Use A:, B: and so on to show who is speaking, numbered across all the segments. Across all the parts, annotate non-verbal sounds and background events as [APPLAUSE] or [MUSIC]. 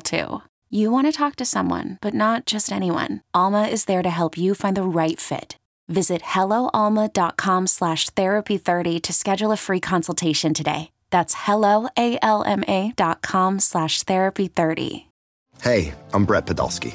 A: too. You want to talk to someone, but not just anyone. Alma is there to help you find the right fit. Visit helloalma.com slash therapy30 to schedule a free consultation today. That's helloalma.com slash therapy30.
B: Hey, I'm Brett Podolsky,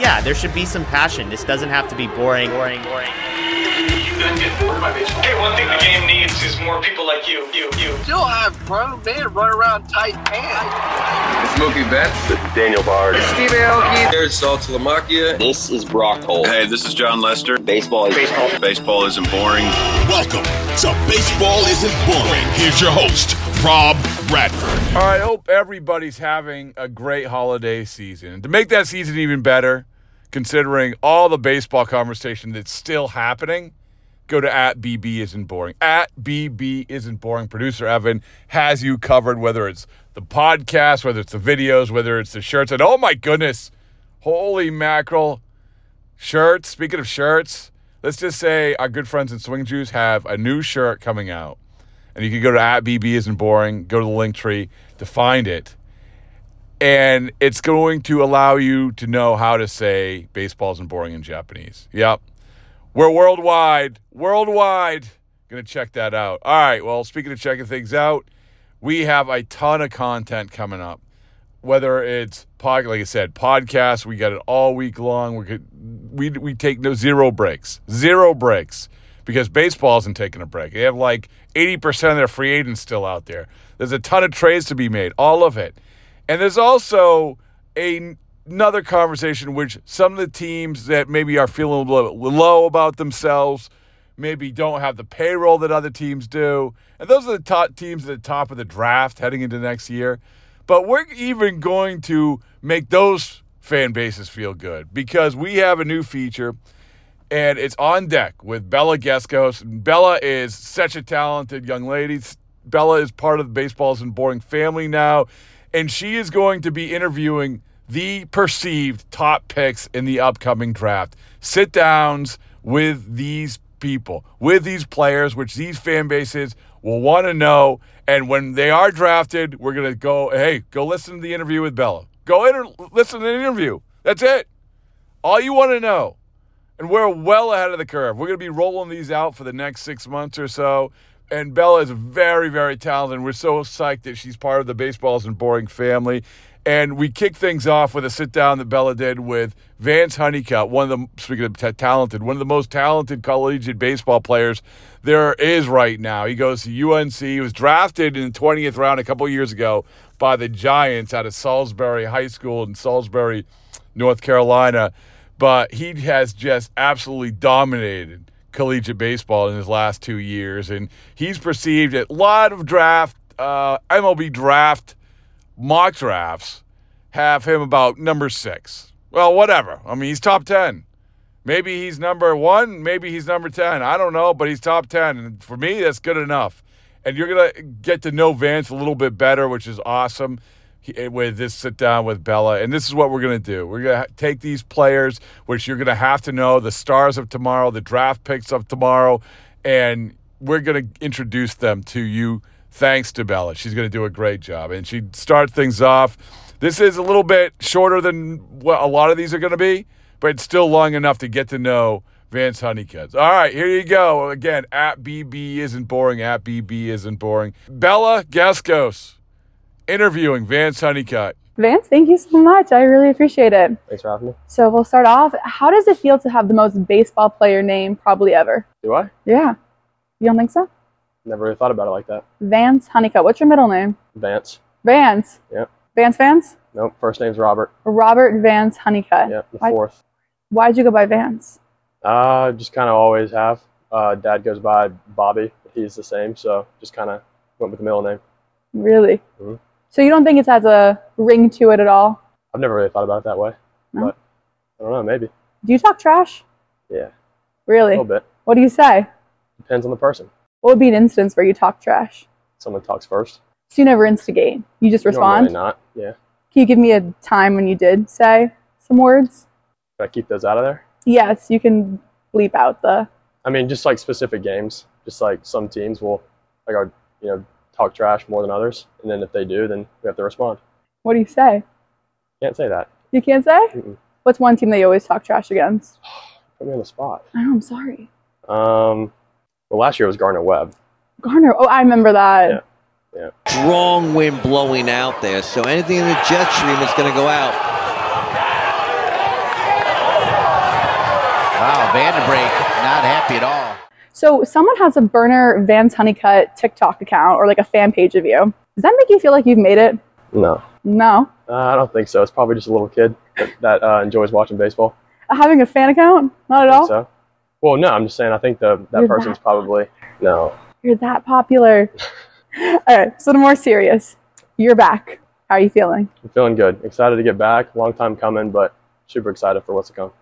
C: Yeah, there should be some passion. This doesn't have to be boring. Boring. Boring.
D: Okay, one thing the game needs is more people like you. You. You.
E: Still have grown men run around tight pants.
F: It's Mookie Betts.
G: It's Daniel Bard.
H: It's Steve Aoki.
I: Here's Salt Lamakia.
J: This is Brock Holt.
K: Hey, this is John Lester.
J: Baseball is
K: baseball. Baseball isn't boring.
L: Welcome to Baseball Isn't Boring. Here's your host, Rob Radford.
M: All right, I hope everybody's having a great holiday season. To make that season even better, considering all the baseball conversation that's still happening go to at BB isn't boring. At BB isn't boring. Producer Evan has you covered, whether it's the podcast, whether it's the videos, whether it's the shirts. And oh my goodness, holy mackerel. Shirts, speaking of shirts, let's just say our good friends at Swing Juice have a new shirt coming out. And you can go to at BB isn't boring, go to the link tree to find it. And it's going to allow you to know how to say baseball isn't boring in Japanese. Yep. We're worldwide. Worldwide. Gonna check that out. All right. Well, speaking of checking things out, we have a ton of content coming up. Whether it's pod, like I said, podcasts, we got it all week long. We could, we we take no zero breaks, zero breaks, because baseball isn't taking a break. They have like eighty percent of their free agents still out there. There's a ton of trades to be made, all of it, and there's also a another conversation which some of the teams that maybe are feeling a little low about themselves maybe don't have the payroll that other teams do and those are the top teams at the top of the draft heading into next year but we're even going to make those fan bases feel good because we have a new feature and it's on deck with Bella Gescos. Bella is such a talented young lady. Bella is part of the Baseballs and Boring family now, and she is going to be interviewing the perceived top picks in the upcoming draft. Sit downs with these people, with these players, which these fan bases will want to know. And when they are drafted, we're going to go, hey, go listen to the interview with Bella. Go inter- listen to the interview. That's it. All you want to know. And we're well ahead of the curve. We're going to be rolling these out for the next six months or so. And Bella is very, very talented. We're so psyched that she's part of the Baseballs and Boring family. And we kick things off with a sit down that Bella did with Vance Honeycutt, one of the speaking of t- talented, one of the most talented collegiate baseball players there is right now. He goes to UNC. He was drafted in the twentieth round a couple years ago by the Giants out of Salisbury High School in Salisbury, North Carolina. But he has just absolutely dominated collegiate baseball in his last two years, and he's perceived a lot of draft uh, MLB draft mock drafts have him about number six. Well, whatever. I mean, he's top 10. Maybe he's number one. Maybe he's number 10. I don't know, but he's top 10. And for me, that's good enough. And you're going to get to know Vance a little bit better, which is awesome. he- eh, with this sit down with Bella, and this is what we're going to do. We're going to take these players, which you're going to have to know the stars of tomorrow, the draft picks of tomorrow, and we're going to introduce them to you. Thanks to Bella, she's going to do a great job, and she starts things off. This is a little bit shorter than what a lot of these are going to be, but it's still long enough to get to know Vance Honeycutt. All right, here you go. Again, at BB isn't boring. At BB isn't boring. Bella Gascos interviewing Vance Honeycutt.
F: Vance, thank you so much. I really appreciate it.
G: Thanks for having me.
F: So we'll start off. How does it feel to have the most baseball player name probably ever?
G: Do I?
F: Yeah. You don't think so?
G: Never really thought about it like that.
F: Vance Honeycutt. What's your middle name?
G: Vance.
F: Vance.
G: Yep.
F: Vance Vance?
G: Nope. First name's Robert.
F: Robert Vance Honeycutt.
G: Yep. The
F: Why-
G: fourth.
F: Why'd you go by Vance?
G: Uh, just kind of always have. Uh, Dad goes by Bobby. but He's the same, so just kind of went with the middle name.
F: Really?
G: Mhm.
F: So you don't think it has a ring to it at all?
G: I've never really thought about it that way,
F: No?
G: but I don't know. Maybe.
F: Do you talk trash?
G: Yeah. A
F: Really?
G: little bit.
F: What do you say?
G: Depends on the person.
F: What would be an instance where you talk trash?
G: Someone talks first.
F: So you never instigate. You just respond.
G: Normally not. Yeah.
F: Can you give me a time when you did say some words?
G: Can I keep those out of there?
F: Yes, you can bleep out the
G: I mean, just like specific games. Just like some teams will, like, our, you know, talk trash more than others, and then if they do, then we have to respond.
F: what do you say?
G: Can't say that.
F: You can't say?
G: Mm-mm.
F: What's one team that you always talk trash against?
G: Put me on the spot.
F: Oh, I'm sorry.
G: Um, well, last year was Garner Webb.
F: Garner. Oh, I remember that.
G: Yeah. Yeah.
H: Strong wind blowing out there, so anything in the jet stream is going to go out. Wow, Vandenbrake not happy at all.
F: So someone has a burner Vance Honeycutt TikTok account or like a fan page of you. Does that make you feel like you've made it?
G: No,
F: No.
G: uh, I don't think so. It's probably just a little kid that, that uh, enjoys watching baseball.
F: Uh, Having a fan account? Not at all.
G: So, well, no, I'm just saying. I think the that
F: Oh. You're
G: person's
F: that-
G: probably no.
F: You're that popular. all right. So the more serious. You're back. How are you feeling?
G: I'm feeling good. Excited to get back. Long time coming, but super excited for what's to come.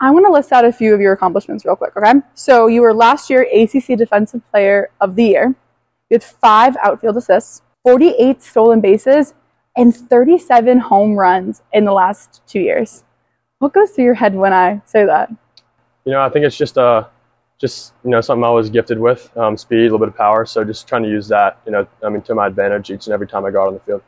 F: I want to list out a few of your accomplishments real quick, okay? So you were last year ACC Defensive Player of the Year. You had five outfield assists, 48 stolen bases, and 37 home runs in the last two years. What goes through your head when I say that?
G: You know, I think it's just uh, just you know something I was gifted with, um, speed, a little bit of power. So just trying to use that, you know, I mean, to my advantage each and every time I go out on the field.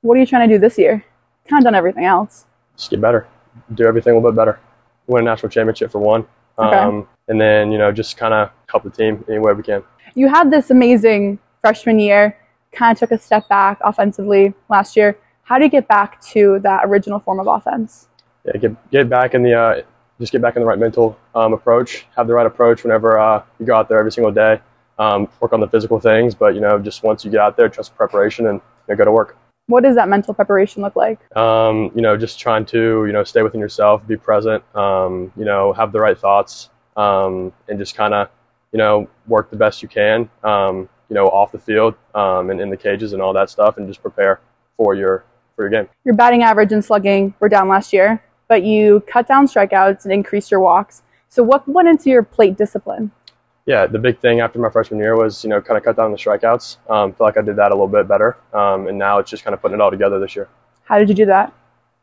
F: What are you trying to do this year? Kind of done everything else.
G: just get better, do everything a little bit better. Win a national championship for one,
F: Okay.
G: um, and then you know just kind of help the team any way we can.
F: You had this amazing freshman year, kind of took a step back offensively last year. How do you get back to that original form of offense?
G: Yeah, get get back in the uh, just get back in the right mental um, approach. Have the right approach whenever uh, you go out there every single day. Um, work on the physical things, but you know just once you get out there, trust preparation and you know, go to work.
F: What does that mental preparation look like?
G: um, you know, just trying to, you know, stay within yourself, be present, um, you know, have the right thoughts, um, and just kind of, you know, work the best you can, um, you know, off the field um, and in the cages and all that stuff, and just prepare for your for your game.
F: Your batting average and slugging were down last year, but you cut down strikeouts and increased your walks. So what went into your plate discipline?
G: Yeah, the big thing after my freshman year was, you know, kind of cut down on the strikeouts. Um, feel like I did that a little bit better, um, and now it's just kind of putting it all together this year.
F: How did you do that?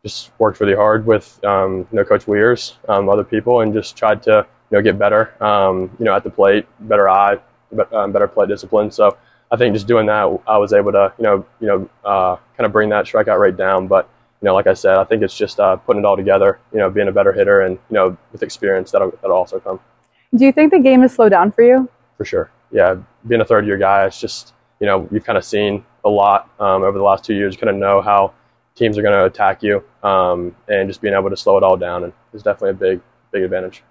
G: just worked really hard with um, you know Coach Weirs, um, other people, and just tried to you know get better, um, you know, at the plate, better eye, be- um, better plate discipline. So I think just doing that, I was able to you know you know uh, kind of bring that strikeout rate down. But you know, like I said, I think it's just uh, putting it all together, you know, being a better hitter, and you know, with experience, that'll that'll also come
F: Do you think the game has slowed down for you?
G: for sure. Yeah, being a third year guy, it's just you know you've kind of seen a lot um, over the last two years. You kind of know how teams are going to attack you, um, and just being able to slow it all down and is definitely a big big advantage.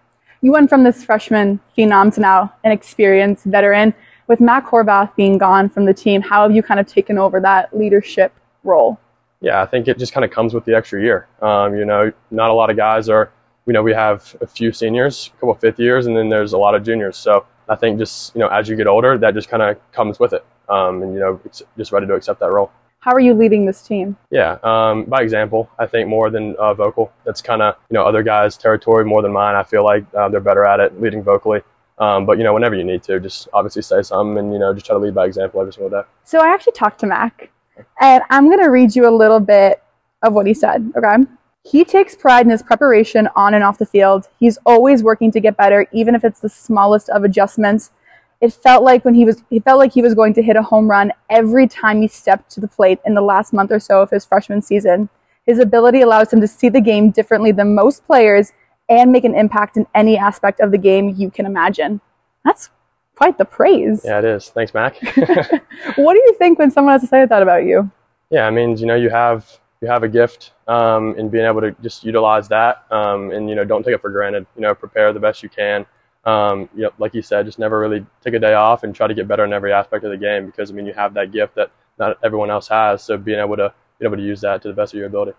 F: You went from this freshman phenom to now an experienced veteran. With Matt Horvath being gone from the team, how have you kind of taken over that leadership role?
G: Yeah, I think it just kind of comes with the extra year. Um, you know, not a lot of guys are. You know, we have a few seniors, a couple of fifth years, and then there's a lot of juniors. So I think just you know as you get older, that just kind of comes with it, um, and you know it's just ready to accept that role.
F: How are you leading this team?
G: Yeah, um, by example, I think more than uh, vocal. That's kind of you know other guys' territory more than mine. I feel like uh, they're better at it leading vocally. Um, but you know, whenever you need to, just obviously say something and you know just try to lead by example every single day.
F: So I actually talked to Mac And I'm going to read you a little bit of what he said, okay? He takes pride in his preparation on and off the field. He's always working to get better, even if it's the smallest of adjustments. It felt like when he was he felt like he was going to hit a home run every time he stepped to the plate in the last month or so of his freshman season. His ability allows him to see the game differently than most players and make an impact in any aspect of the game you can imagine. That's quite the praise.
G: Yeah, it is. Thanks, [LAUGHS] Mac.
F: What do you think when someone has to say that about you?
G: yeah, I mean, you know, you have you have a gift, um, and being able to just utilize that, um, and you know, don't take it for granted. You know, prepare the best you can. Um, you know, like you said, just never really take a day off and try to get better in every aspect of the game because I mean, you have that gift that not everyone else has. So being able to being able to use that to the best of your ability.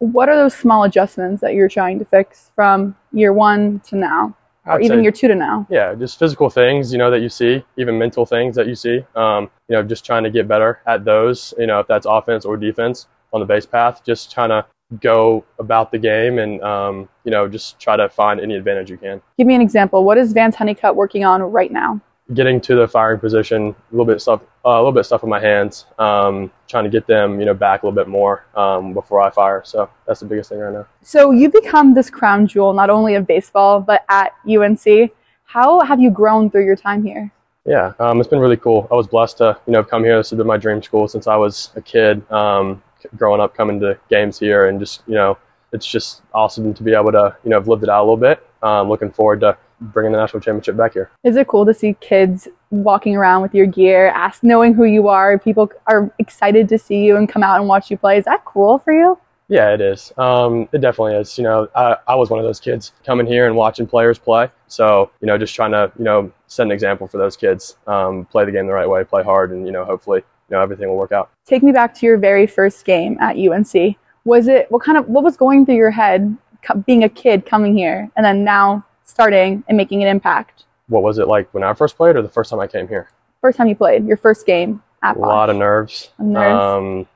F: What are those small adjustments that you're trying to fix from year one to now, or
G: I'd
F: even
G: say-
F: year two to now?
G: Yeah, just physical things, you know, that you see, even mental things that you see. Um, you know, just trying to get better at those, you know, if that's offense or defense on the base path, just trying to go about the game and, um, you know, just try to find any advantage you can.
F: Give me an example. What is Vance Honeycutt working on right now?
G: Getting to the firing position, a little bit stuff, uh, a little bit stuff with my hands, um, trying to get them, you know, back a little bit more um, before I fire. So that's the biggest thing right now.
F: So you become this crown jewel not only of baseball but at UNC. How have you grown through your time here?
G: Yeah, um, it's been really cool. I was blessed to, you know, come here. This has been my dream school since I was a kid. Um, c- growing up, coming to games here, and just, you know, it's just awesome to be able to, you know, have lived it out a little bit. Um, looking forward to bringing the national championship back here.
F: Is it cool to see kids walking around with your gear, ask knowing who you are? People are excited to see you and come out and watch you play. Is that cool for you?
G: Yeah, it is. Um, it definitely is. You know, I, I was one of those kids coming here and watching players play. So, you know, just trying to, you know, set an example for those kids. Um, play the game the right way, play hard, and you know, hopefully, you know, everything will work out.
F: Take me back to your very first game at UNC. Was it what kind of what was going through your head co- being a kid coming here and then now starting and making an impact?
G: What was it like when I first played, or the first time I came here?
F: First time you played, your first game at
G: a lot of nerves.
F: Nerves.
G: Um,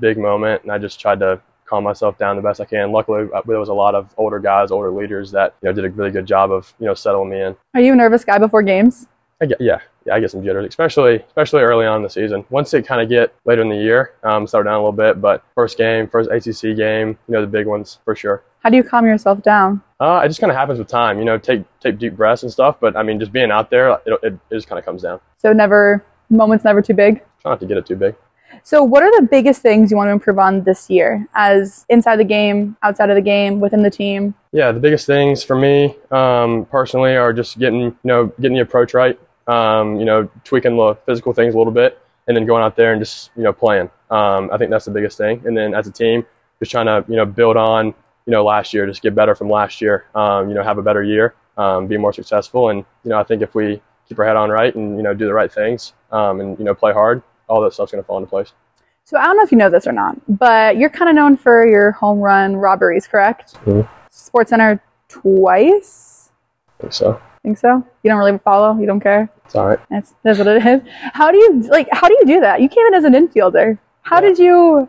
G: big moment, and I just tried to calm myself down the best I can. Luckily, uh, there was a lot of older guys, older leaders that you know did a really good job of you know settling me in.
F: Are you a nervous guy before games?
G: I get, yeah, yeah, I get some jitters, especially especially early on in the season. Once it kind of get later in the year, um, settle down a little bit. But first game, first ACC game, you know the big ones for sure.
F: How do you calm yourself down?
G: Uh, it just kind of happens with time, you know. Take take deep breaths and stuff, but I mean, just being out there, it, it, it just kind of comes down.
F: So never moments never too big.
G: Try not to get it too big.
F: So what are the biggest things you want to improve on this year as inside the game, outside of the game, within the team?
G: Yeah, the biggest things for me um, personally are just getting you know getting the approach right, um, you know tweaking the physical things a little bit, and then going out there and just you know playing. Um, I think that's the biggest thing. And then as a team, just trying to you know build on you know last year, just get better from last year. Um, you know have a better year, um, be more successful, and you know I think if we keep our head on right and you know do the right things um, and you know play hard, all that stuff's gonna fall into place.
F: So I don't know if you know this or not, but you're kind of known for your home run robberies, correct?
G: Mhm.
F: Sports Center twice.
G: I think so.
F: Think so? You don't really follow. You don't care.
G: It's all right.
F: That's that's what it is. How do you like? How do you do that? You came in as an infielder. How did you?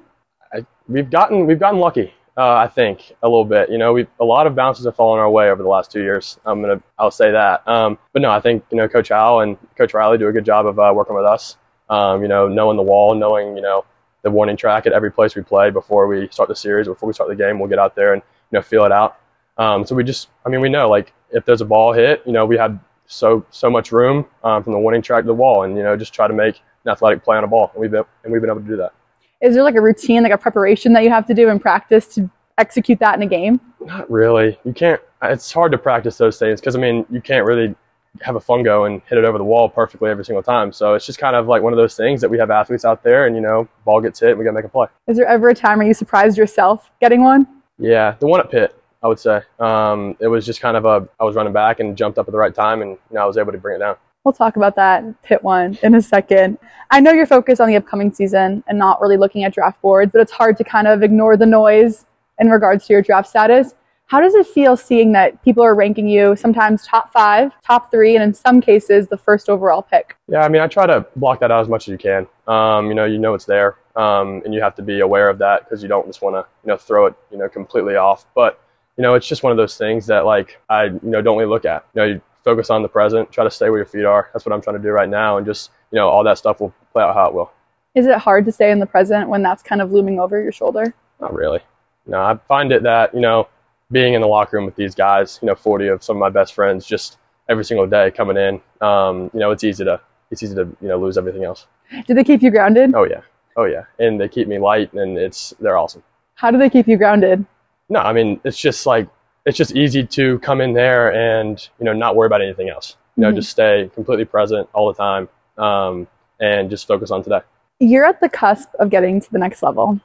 G: I, we've gotten we've gotten lucky. Uh, I think a little bit. You know, we a lot of bounces have fallen our way over the last two years. I'm gonna I'll say that. Um, but no, I think you know Coach Al and Coach Riley do a good job of uh, working with us. Um, you know, knowing the wall, knowing you know the warning track at every place we play before we start the series, before we start the game, we'll get out there and you know feel it out. Um, so we just I mean we know like if there's a ball hit, you know we have so so much room um, from the warning track to the wall, and you know just try to make an athletic play on a ball, and we've been and we've been able to do that.
F: Is there like a routine, like a preparation that you have to do in practice to execute that in a game?
G: Not really. You can't. It's hard to practice those things because I mean, you can't really have a fungo and hit it over the wall perfectly every single time. So it's just kind of like one of those things that we have athletes out there, and you know, ball gets hit, and we gotta make a play.
F: Is there ever a time where you surprised yourself getting one?
G: Yeah, the one at Pitt, I would say. Um, it was just kind of a. I was running back and jumped up at the right time, and you know, I was able to bring it down.
F: We'll talk about that pit one in a second. I know you're focused on the upcoming season and not really looking at draft boards, but it's hard to kind of ignore the noise in regards to your draft status. How does it feel seeing that people are ranking you sometimes top five, top three, and in some cases the first overall pick?
G: Yeah, I mean, I try to block that out as much as you can. Um, you know, you know it's there, um, and you have to be aware of that because you don't just want to, you know, throw it, you know, completely off. But you know, it's just one of those things that like I, you know, don't really look at. You know, you focus on the present, try to stay where your feet are. That's what I'm trying to do right now, and just you know, all that stuff will play out how it will.
F: Is it hard to stay in the present when that's kind of looming over your shoulder?
G: Not really. No, I find it that, you know, being in the locker room with these guys, you know, 40 of some of my best friends just every single day coming in, um, you know, it's easy to, it's easy to, you know, lose everything else.
F: Do they keep you grounded?
G: Oh yeah. Oh yeah. And they keep me light and it's, they're awesome.
F: How do they keep you grounded?
G: No, I mean, it's just like, it's just easy to come in there and, you know, not worry about anything else. You know,
F: Mhm.
G: just stay completely present all the time um, and just focus on today.
F: You're at the cusp of getting to the next level.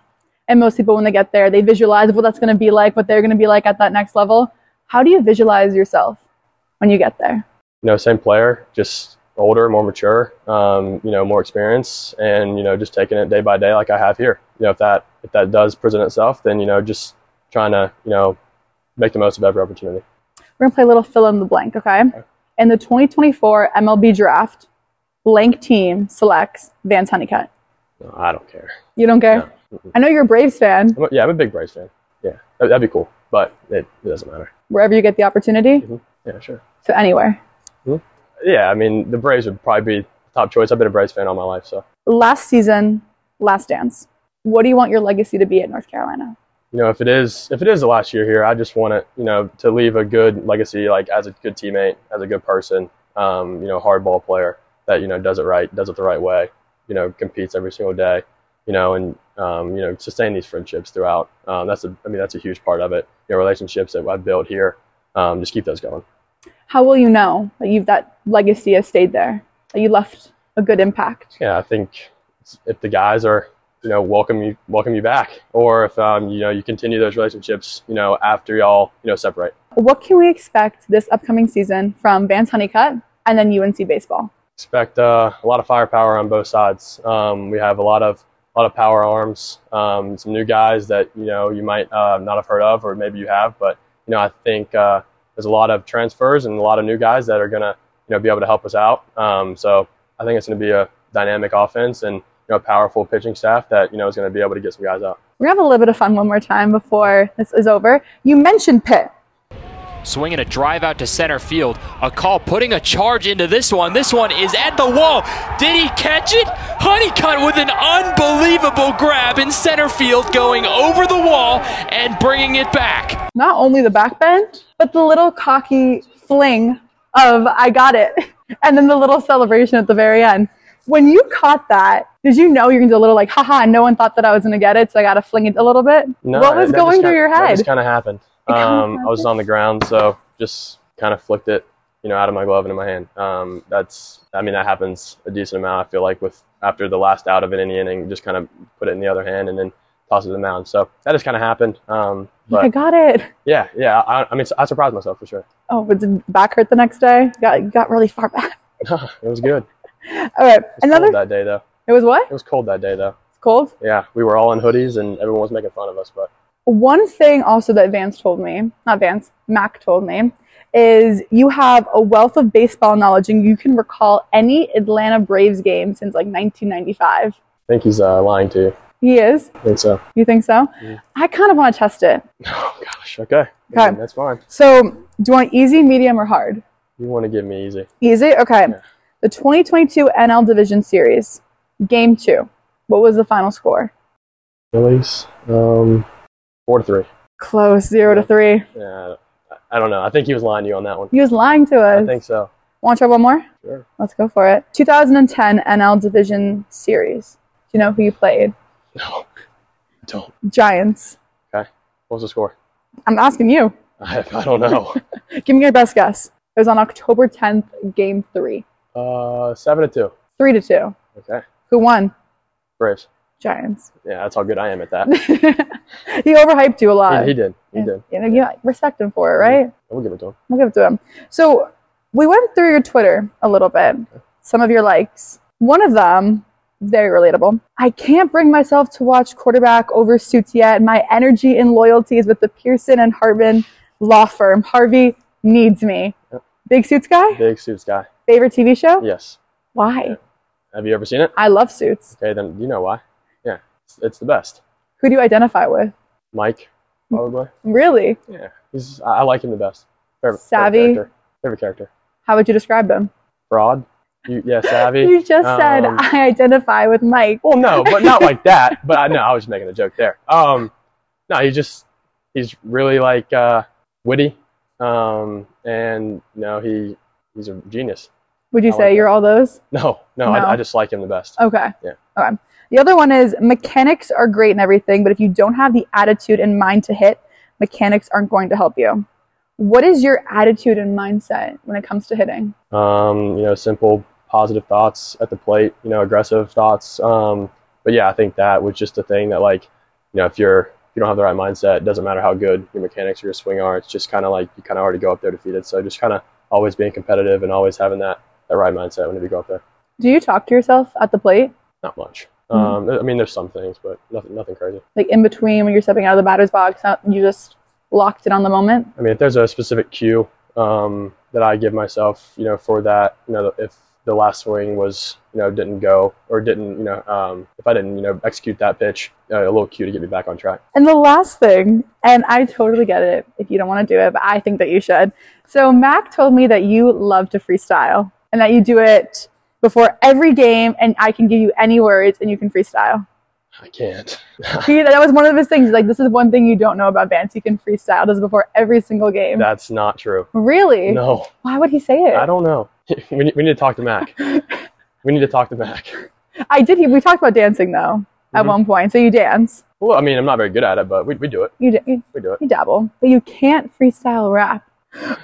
F: And most people, when they get there, they visualize what that's going to be like, what they're going to be like at that next level. How do you visualize yourself when you get there?
G: you know, same player, just older, more mature, um, you know, more experience, and you know, just taking it day by day like I have here. You know, if that if that does present itself, then you know, just trying to you know make the most of every opportunity.
F: We're going to play a little fill in the blank, okay? In the 2024 MLB draft, blank team selects Vance Honeycutt.
G: No, I don't care.
F: You don't care? I know you're a Braves fan.
G: I'm a- yeah, I'm a big Braves fan. Yeah, that, that'd be cool, but it, it doesn't matter.
F: Wherever you get the opportunity,
G: Yeah, sure.
F: so anywhere.
G: Yeah, I mean, the Braves would probably be the top choice. I've been a Braves fan all my life, so
F: Last season, last dance. What do you want your legacy to be at North Carolina?
G: you know, if it is if it is the last year here, I just want it, you know, to leave a good legacy, like as a good teammate, as a good person, um, you know, hardball player that you know does it right, does it the right way, you know, competes every single day, you know, and um, you know, sustain these friendships throughout. Um, that's a, I mean, that's a huge part of it. You know, relationships that I've built here, um, just keep those going.
F: How will you know that you've that legacy has stayed there, that you left a good impact?
G: yeah, I think if the guys are, you know, welcome you welcome you back, or if um, you know you continue those relationships, you know, after y'all, you know, separate.
F: What can we expect this upcoming season from Vance Honeycutt and then UNC baseball?
G: Expect uh, a lot of firepower on both sides. Um, we have a lot of a lot of power arms, um, some new guys that you know you might uh, not have heard of, or maybe you have, but you know, I think uh, there's a lot of transfers and a lot of new guys that are gonna you know be able to help us out. Um, so I think it's gonna be a dynamic offense and you know a powerful pitching staff that you know is gonna be able to get some guys out.
F: We're gonna have a little bit of fun one more time before this is over. You mentioned Pitt.
I: Swinging a drive out to center field. A call putting a charge into this one. This one is at the wall. Did he catch it? Honeycutt with an unbelievable grab in center field, going over the wall and bringing it back.
F: Not only the back bend, but the little cocky fling of I got it, [LAUGHS] and then the little celebration at the very end. When you caught that, did you know you're gonna do a little like, haha, no one thought that I was gonna get it, so I gotta fling it a little bit? what was
G: that just
F: going
G: kinda-
F: through your
G: That
F: head?
G: just kind of
F: [LAUGHS]
G: happened. Um, I was on the ground, so just kind of flicked it, you know, out of my glove into my hand. Um, that's, I mean, that happens a decent amount. I feel like with after the last out of an any inning, just kind of put it in the other hand and then toss it to the mound. So that just kind of happened. Um,
F: I
G: but
F: got it.
G: yeah, yeah. I, I mean, I surprised myself for sure. [LAUGHS]
F: Oh, but did back hurt the next day? Got you got really far back. [LAUGHS]
G: it was good.
F: All right, another.
G: Cold that day though.
F: It was what?
G: It was cold that day though.
F: It's cold.
G: Yeah, we were all in hoodies and everyone was making fun of us, but
F: One thing also that Vance told me, not Vance, Mac told me, is you have a wealth of baseball knowledge and you can recall any Atlanta Braves game since like 1995.
G: I think he's uh, lying to you.
F: He is.
G: I think so. [LAUGHS]
F: You think so?
G: Mhm.
F: I kind of want to test it.
G: Gosh, okay.
F: Okay.
G: I mean, that's fine.
F: So, do you want easy, medium, or hard?
G: You want to give me easy.
F: Easy? Okay. The 2022 NL Division Series, game two. What was the final score?
G: Phillies, um, four to three.
F: Close, zero to three.
G: Yeah, I- I don't know. I think he was lying to you on that one.
F: He was lying to us.
G: I think so.
F: Want to try one more?
G: Sure.
F: Let's go for it. 2010 NL Division Series. Do you know who you played?
G: No, I don't.
F: Giants.
G: Okay. What was the score? [LAUGHS]
F: I'm asking you.
G: I, I don't know.
F: Give me your best guess. It was on October 10th, game three.
G: uh, seven to two.
F: Three to two.
G: Okay.
F: Who won?
G: Braves.
F: Giants. [LAUGHS]
G: Yeah, that's how good I am at that.
F: He overhyped you a lot.
G: he, he did. He did.
F: You know, you respect him for it, right?
G: I will give it to him.
F: We'll give it to him. So we went through your Twitter a little bit, some of your likes. One of them, very relatable. I can't bring myself to watch quarterback over suits yet. My energy and loyalty is with the Pearson and Hartman law firm. Harvey needs me. Big suits guy?
G: Big suits guy.
F: Favorite TV show?
G: Yes.
F: Why?
G: Have you ever seen it?
F: I love suits.
G: Okay, then you know why. Yeah, it's, it's the best.
F: Who do you identify with?
G: Mike, probably.
F: Really?
G: Yeah, he's. I I like him the best. Favorite, favorite
F: Savvy?
G: character. Favorite character.
F: How would you describe them?
G: Fraud. You, yeah, savvy.
F: [LAUGHS] You just said
G: Um,
F: I identify with Mike.
G: Well, no, but not like that. But I know I was making a joke there. Um, no, he just he's really like uh, witty, um, and no, he he's a genius.
F: Would you
G: I
F: say
G: like
F: you're all those?
G: No, no,
F: No.
G: I, I just like him the best.
F: Okay.
G: Yeah.
F: Okay. The other one is mechanics are great and everything, but if you don't have the attitude and mind to hit, mechanics aren't going to help you. What is your attitude and mindset when it comes to hitting?
G: Um, you know, simple positive thoughts at the plate. You know, aggressive thoughts. Um, but yeah, I think that was just a thing that like, you know, if you're if you don't have the right mindset, it doesn't matter how good your mechanics or your swing are. It's just kind of like you kind of already go up there defeated. So just kind of always being competitive and always having that that right mindset whenever you go up there.
F: Do you talk to yourself at the plate?
G: Not much. Um,
F: Mhm.
G: I mean, there's some things, but nothing, nothing crazy.
F: Like in between when you're stepping out of the batter's box, not- you just locked it on the moment?
G: I mean, if there's a specific cue um, that I give myself, you know, for that, you know, if the last swing was, you know, didn't go or didn't, you know, um, if I didn't, you know, execute that pitch, uh, a little cue to get me back on track.
F: And the last thing, and I totally get it if you don't want to do it, but I think that you should. So Mac told me that you love to freestyle and that you do it before every game and I can give you any words and you can freestyle.
G: I can't.
F: He, that was one of his things. Like this is one thing you don't know about Vance. He can freestyle. Does it before every single game.
G: That's not true.
F: really?
G: No.
F: Why would he say it?
G: I don't know. [LAUGHS] we, need, we need to talk to Mac. We need to talk to Mac.
F: I did. We talked about dancing though at
G: Mhm.
F: one point. So you dance.
G: Well, I mean, I'm not very good at it, but we, we do it.
F: You, da- you
G: We do it.
F: you dabble, but you can't freestyle rap.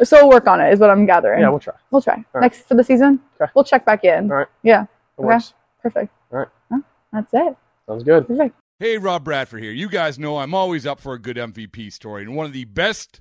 F: So we'll work on it. Is what I'm gathering.
G: Yeah, we'll try.
F: We'll try
G: right.
F: next for the season. We'll check back in.
G: All right.
F: Yeah.
G: It works.
F: Perfect.
G: All right.
F: Huh? That's it.
G: Sounds good.
F: Perfect.
M: Hey, Rob Bradford here. You guys know I'm always up for a good MVP story, and one of the best